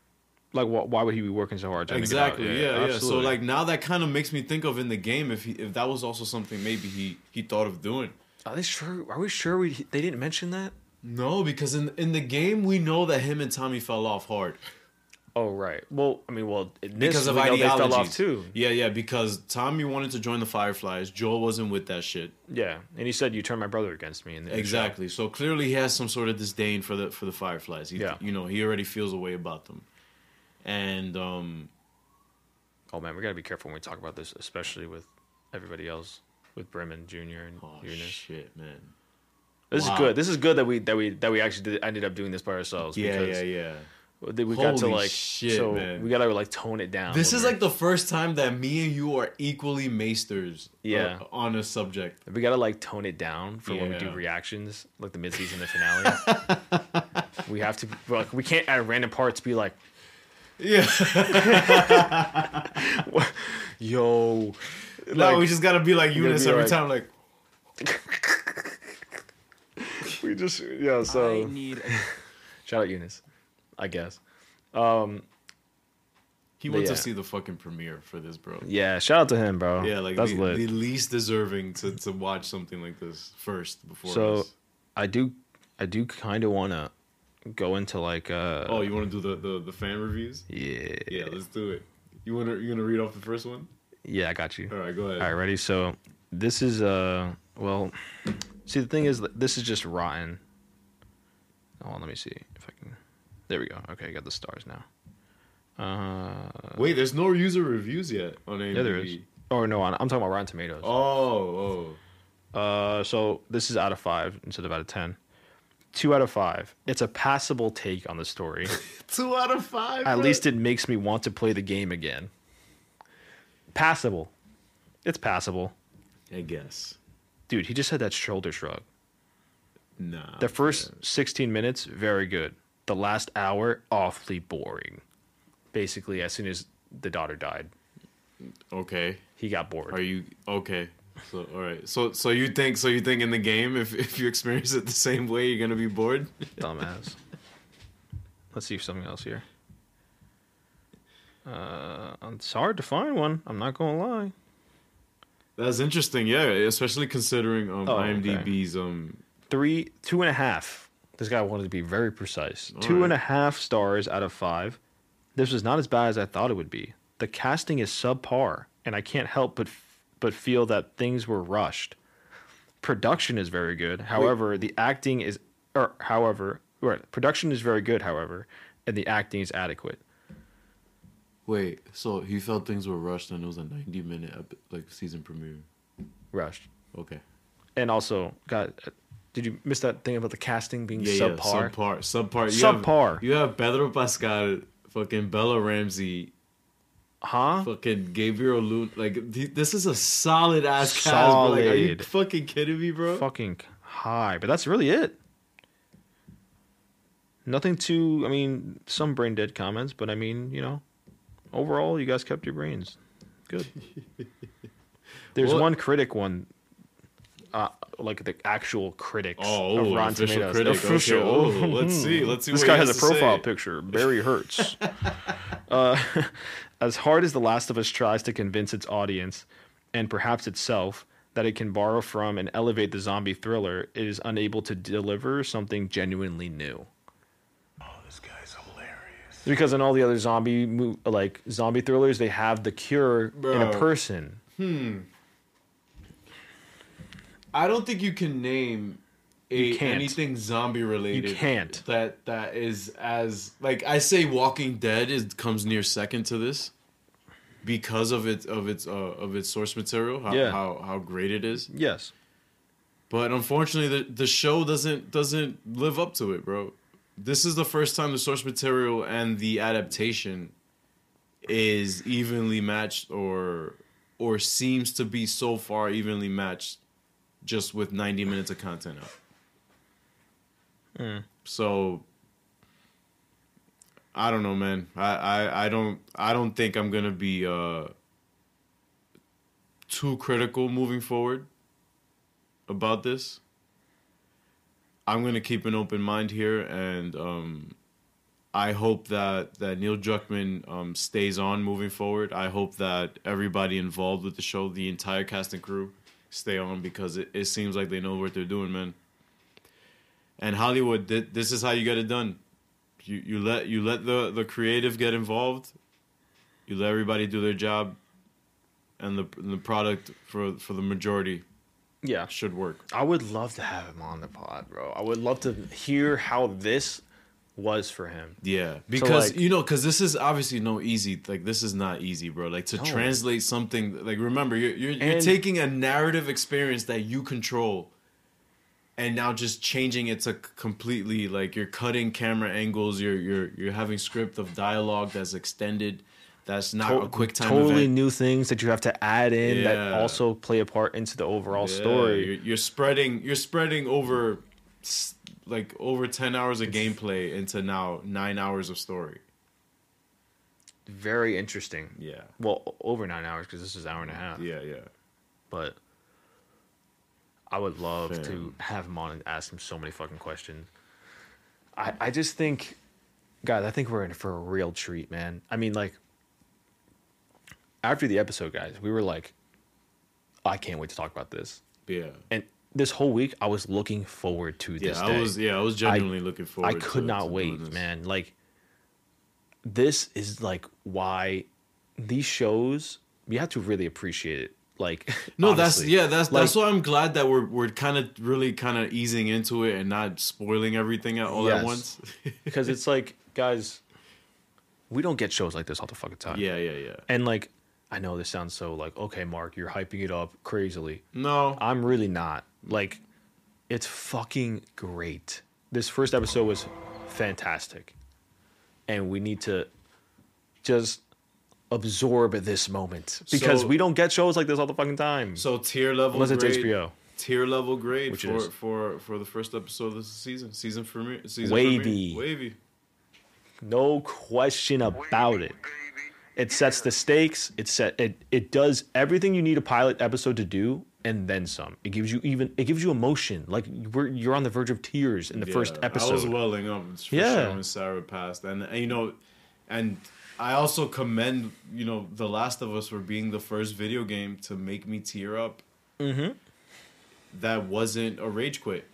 C: like, why, why would he be working so hard? trying to get out?
E: Exactly. Yeah, yeah. So
C: absolutely.
E: like now that kind of makes me think of in the game if he if that was also something maybe he he thought of doing.
C: are they sure? Are we sure we they didn't mention that?
E: No, because in in the game we know that him and Tommy fell off hard
C: Oh right. Well, I mean, well, in this,
E: because of
C: we know
E: ideologies.
C: they fell off too.
E: Yeah, yeah. Because Tommy wanted to join the Fireflies. Joel wasn't with that shit.
C: Yeah, and he said you turned my brother against me. In the in the show."
E: Exactly. So clearly he has some sort of disdain for the for the Fireflies. He,
C: Yeah.
E: You know he already feels a way about them, and um
C: Oh man, we gotta be careful when we talk about this, especially with everybody else, with Bremen Junior and
E: oh
C: Eunice.
E: shit, man.
C: This
E: Wow.
C: is good. This is good that we that we that we actually did, ended up doing this by ourselves.
E: Yeah, yeah,
C: because
E: yeah.
C: That we got to
E: Holy
C: like
E: shit,
C: so
E: man.
C: we gotta like tone it down.
E: This
C: when
E: is
C: we're-
E: like the first time that me and you are equally maesters. uh,
C: Yeah.
E: on a subject.
C: we gotta like tone it down for when we do
E: Yeah.
C: reactions, like the mid season, the finale. we have to like we can't at random parts be like,
E: Yeah.
C: yo,
E: no,
C: Like,
E: we just gotta be like
C: gotta
E: Eunice
C: be
E: every
C: like-
E: time. Like
C: we just yeah.
F: I need a
C: shout out Eunice, I guess.
E: he
C: But
E: went to
C: yeah.
E: see the fucking premiere for this, bro.
C: Yeah, shout out to him, bro.
E: Yeah, like
C: that's
E: the,
C: lit.
E: the least deserving to, to watch something like this first before.
C: so
E: us.
C: I do I do kind of want to go into like uh
E: oh, you want to do the, the the fan reviews?
C: yeah
E: Yeah, let's do it. You wanna you gonna read off the first one?
C: yeah I got you.
E: All right, go ahead.
C: All right, ready? So this is uh well, see the thing is that this is just rotten. Hold on, let me see if I can. There we go. Okay, I got the stars now. Uh,
E: Wait, there's no user reviews yet on AMDb.
C: yeah, there is. Or no, I'm I'm talking about Rotten Tomatoes.
E: Oh, oh.
C: Uh, so this is out of five instead of out of ten. Two out of five. It's a passable take on the story.
E: Two out of five.
C: At
E: bro.
C: least it makes me want to play the game again. Passable. It's passable.
E: I guess.
C: Dude, he just had that shoulder shrug.
E: Nah.
C: The first 16 minutes, very good. The last hour, awfully boring. Basically, as soon as the daughter died,
E: yeah. Okay.
C: he got bored.
E: Are you okay? So all right. So so you think so you think in the game if if you experience it the same way you're gonna be bored?
C: Dumbass. Let's see something else here. Uh, it's hard to find one. I'm not gonna lie.
E: That's interesting. Yeah, especially considering um
C: Oh, okay.
E: IMDb's um
C: Three, two and a half. This guy wanted to be very precise. Two and a half
E: right.
C: stars out of five. This was not as bad as I thought it would be. The casting is subpar, and I can't help but f- but feel that things were rushed. Production is very good. However, the acting is or however, right, production is very good, however, and the acting is adequate.
E: Wait, so he felt things were rushed and it was a 90 minute ep- like season premiere.
C: Rushed.
E: Okay.
C: And also, God, uh, did you miss that thing about the casting being
E: Yeah,
C: subpar?
E: subpar. yeah, subpar, subpar. You
C: Subpar.
E: Have, you have Pedro Pascal, fucking Bella Ramsey,
C: Huh?
E: fucking Gabriel Luna. Like th- this is a solid ass cast. bro. Like, are you
C: Solid.
E: fucking kidding me, bro?
C: Fucking high, but that's really it. Nothing too. I mean, some brain dead comments, but I mean, you know, overall, you guys kept your brains. Good. There's
E: Well-
C: one critic one. Uh, like the actual critics
E: Oh,
C: of
E: an
C: Rotten
E: official
C: Tomatoes.
E: critic. Okay,
C: Official.
E: oh, let's see, let's see
C: This
E: what
C: guy
E: he
C: has,
E: has
C: a
E: to say.
C: profile picture. Barry Hertz. uh, as hard as The Last of Us tries to convince its audience, and perhaps itself, that it can borrow from and elevate the zombie thriller, it is unable to deliver something genuinely new. Because in all the other zombie mo- like zombie thrillers, they have the cure in a
E: Bro.
C: person.
E: I don't think you can name a,
C: You can't.
E: anything zombie related.
C: You can't.
E: That that is as like I say, Walking Dead is comes near second to this because of its of its uh, of its source material. How,
C: Yeah.
E: how how great it is.
C: Yes.
E: But unfortunately, the the show doesn't doesn't live up to it, bro. This is the first time the source material and the adaptation is evenly matched or or seems to be so far evenly matched just with 90 minutes of content out. So I don't know, man. I, I I don't I don't think I'm gonna be uh too critical moving forward about this. I'm gonna keep an open mind here, and um, I hope that that Neil Druckmann um, stays on moving forward. I hope that everybody involved with the show, the entire cast and crew, stay on because it, it seems like they know what they're doing, man. And Hollywood, thi- this is how you get it done. You you let you let the the creative get involved. You let everybody do their job, and the the product for for the majority
C: Yeah.
E: should work.
C: I would love to have him on the pod, bro. I would love to hear how this was for him.
E: Yeah, because
C: like-
E: you know, because this is obviously no easy. Like this is not easy, bro. Like to translate something. Like remember, you're you're, you're
C: And-
E: taking a narrative experience that you control, and now just changing it to c- completely like you're cutting camera angles. You're you're you're having script of dialogue that's extended. That's not
C: To-
E: a quick time.
C: totally
E: event.
C: new things that you have to add in that
E: Yeah.
C: also play a part into the overall
E: Yeah,
C: story.
E: You're, you're spreading. You're spreading over, s- like over ten hours of gameplay into now nine hours of story.
C: Very interesting.
E: Yeah.
C: Well, o- over nine hours because this is hour and a half.
E: Yeah. Yeah.
C: But I would love to
E: Fam.
C: have him on and ask him so many fucking questions. I, I just think, guys, I think we're in for a real treat, man. I mean, like, after the episode, guys, we were like, I can't wait to talk about this.
E: Yeah.
C: And this whole week, I was looking forward to
E: Yeah,
C: this.
E: I
C: day.
E: was yeah, I was genuinely looking forward.
C: I could
E: to-
C: not
E: to doing
C: wait,
E: this.
C: man. Like this is like why these shows you have to really appreciate it. Like
E: No, that's
C: honestly.
E: yeah, that's that's
C: Like,
E: why I'm glad that we're we're kind of really kind of easing into it and not spoiling everything at all
C: Yes.
E: at once.
C: because it's like guys, we don't get shows like this all the fucking time.
E: yeah, yeah, yeah.
C: and like I know this sounds so like okay, Mark, you're hyping it up crazily.
E: No,
C: I'm really not. Like, it's fucking great. This first episode was fantastic. And we need to just absorb this moment because
E: So-
C: we don't get shows like this all the fucking time.
E: so tier level
C: Unless it's
E: grade,
C: HBO.
E: Tier level grade
C: Which it
E: for
C: is.
E: for for the first episode of the season. Season premiere. Season
C: Wavy.
E: premiere. Wavy.
C: No question about it. It sets the stakes. It set it it does everything you need a pilot episode to do and then some. It gives you even it gives you emotion. Like we're, you're on the verge of tears in the first
E: Yeah,
C: episode.
E: I was welling up for
C: Yeah.
E: sure when Sarah passed, and, and you know, and I also commend you know The Last of Us for being the first video game to make me tear up. Mm-hmm. That wasn't a rage quit.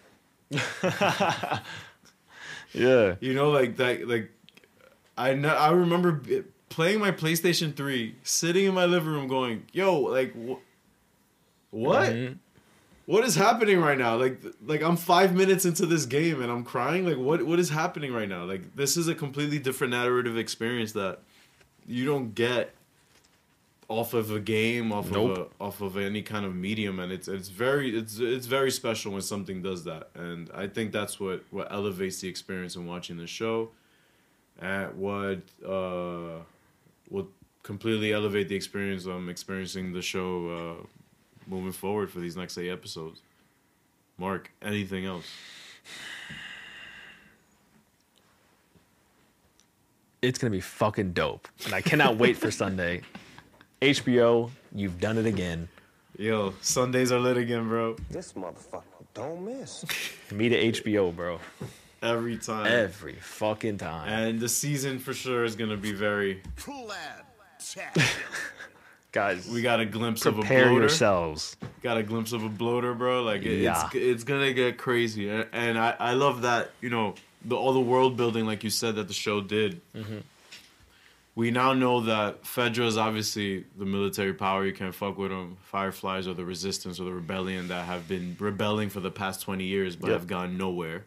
C: yeah.
E: You know, like that, like I know. I remember b- playing my PlayStation Three, sitting in my living room, going, "Yo, like, wh- what? What is happening right now? Like, th- like I'm five minutes into this game and I'm crying. Like, what, what is happening right now? Like, this is a completely different narrative experience that you don't get." Off of a game, off
C: Nope.
E: of a, off of any kind of medium, and it's it's very it's it's very special when something does that, and I think that's what what elevates the experience in watching the show at what uh would completely elevate the experience I'm experiencing the show uh moving forward for these next eight episodes. Mark, anything else?
C: it's gonna be fucking dope, and I cannot wait for Sunday. HBO, you've done it again.
E: Yo, Sundays are lit again, bro.
F: This motherfucker don't miss.
C: Me to HBO, bro.
E: Every time.
C: Every fucking time,
E: And the season for sure is gonna be very.
A: Claptacular.
C: guys.
E: We got a glimpse of a
C: prepare
E: bloater.
C: yourselves.
E: got a glimpse of a bloater, bro. Like it, it's
C: Yeah.
E: it's gonna get crazy, A- and I I love that you know the all the world building like you said that the show did.
C: Mm-hmm.
E: We now know that Fedra is obviously the military power. You can't fuck with them. Fireflies are the resistance or the rebellion that have been rebelling for the past twenty years, but
C: Yep.
E: have gone nowhere,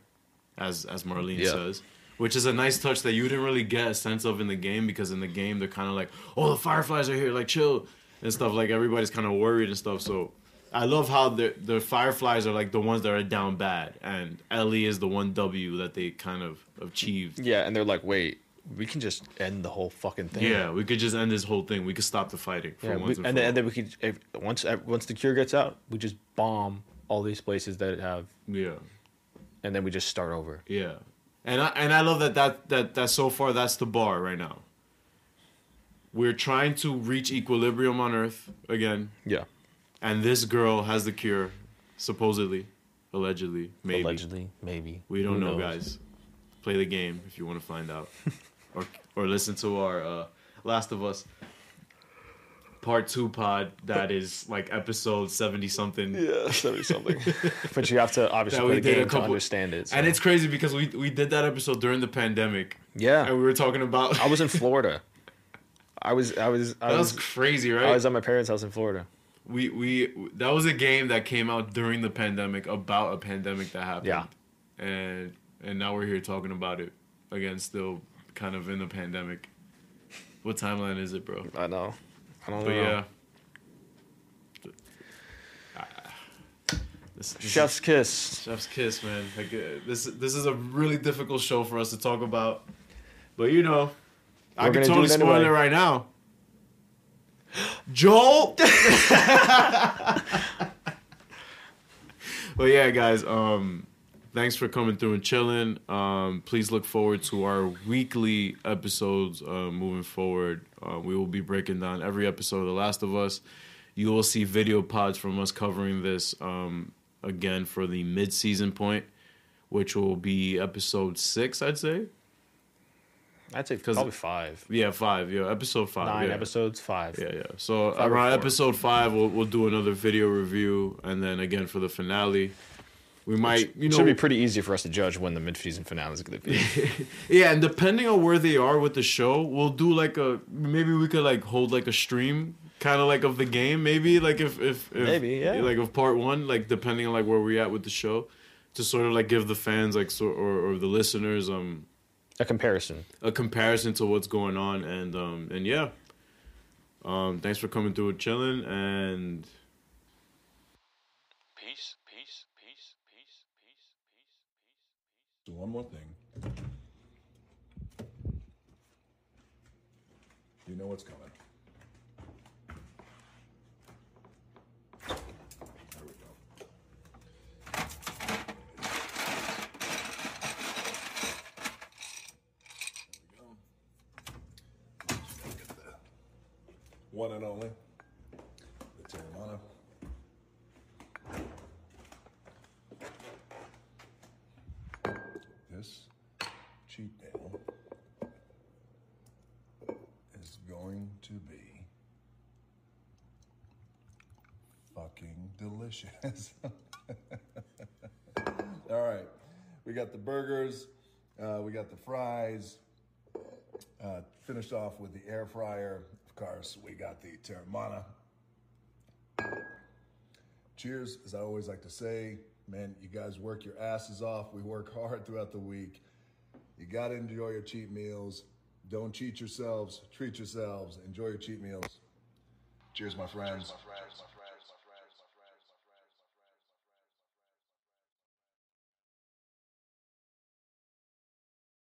E: as as Marlene
C: Yeah.
E: says. Which is a nice touch that you didn't really get a sense of in the game because in the game they're kind of like, oh, the fireflies are here, like chill and stuff. Like everybody's kind of worried and stuff. So I love how the the Fireflies are like the ones that are down E bad, and Ellie is the one W that they kind of achieved.
C: Yeah, and they're like, wait, we can just end the whole fucking thing.
E: Yeah, we could just end this whole thing. We could stop the fighting for
C: Yeah, we,
E: once
C: and,
E: and,
C: then, and then we could if, once ev- once the cure gets out, we just bomb all these places that have,
E: for all. Yeah.
C: and then we just start over.
E: Yeah, and I and I love that that that that so far that's the bar right now. We're trying to reach equilibrium on Earth again,
C: Yeah,
E: and this girl has the cure, supposedly, allegedly, maybe.
C: allegedly, maybe
E: We don't
C: Who
E: know,
C: knows?
E: guys. Play the game if you want to find out, or or listen to our uh, Last of Us Part Two pod that is like episode seventy something.
C: Yeah, seventy something. but you have to obviously
E: That
C: play
E: we
C: the
E: did a
C: game to
E: couple-
C: understand it. so-
E: And it's crazy because we we did that episode during the pandemic.
C: Yeah.
E: and we were talking about
C: I was in Florida. I was I was I
E: That
C: was,
E: was crazy, right?
C: I was at my parents' house in Florida.
E: we we that was a game that came out during the pandemic about a pandemic that happened.
C: Yeah.
E: And and now we're here talking about it again, still kind of in the pandemic. What timeline is it, bro?
C: I know. I don't
E: But
C: know.
E: yeah. This, this
C: Chef's kiss.
E: is, chef's kiss, man. Like uh, this this is a really difficult show for us to talk about, but you know, I
C: We're
E: can
C: gonna do
E: totally
C: it
E: spoil
C: anyway.
E: it right now. Joel. but yeah, guys. Um, thanks for coming through and chilling. Um, please look forward to our weekly episodes uh, moving forward. Uh, we will be breaking down every episode of The Last of Us. You will see video pods from us covering this um, again for the mid-season point, which will be episode six, I'd say.
C: I'd say
E: 'Cause-
C: probably five.
E: Yeah, five. Yeah, episode five.
C: Nine
E: yeah.
C: episodes, five.
E: Yeah, yeah. So
C: Five or
E: around
C: four.
E: episode five, we'll we'll do another video review, and then again for the finale, we might you
C: It
E: know
C: should be pretty easy for us to judge when the mid-season finale is going to be.
E: yeah, and depending on where they are with the show, we'll do like a maybe we could like hold like a stream kind of like of the game, maybe like if if, if
C: Maybe, yeah.
E: like of part one, like depending on like where we at with the show, to sort of like give the fans like so or, or the listeners um
C: a comparison.
E: a comparison to what's going on and um and yeah um thanks for coming through and chilling and
G: Peace, peace, peace, peace, peace, peace.
H: So one more thing. You know what's coming. There we go. There we go. Just gotta get the One and only, the Terramana. This cheat meal is going to be fucking delicious. All right, we got the burgers, uh, we got the fries. Uh, finished off with the air fryer. Of course, we got the terramana. Cheers, as I always like to say, man, you guys work your asses off. We work hard throughout the week. You got to enjoy your cheat meals. Don't cheat yourselves, treat yourselves, enjoy your cheat meals. Cheers, my friends.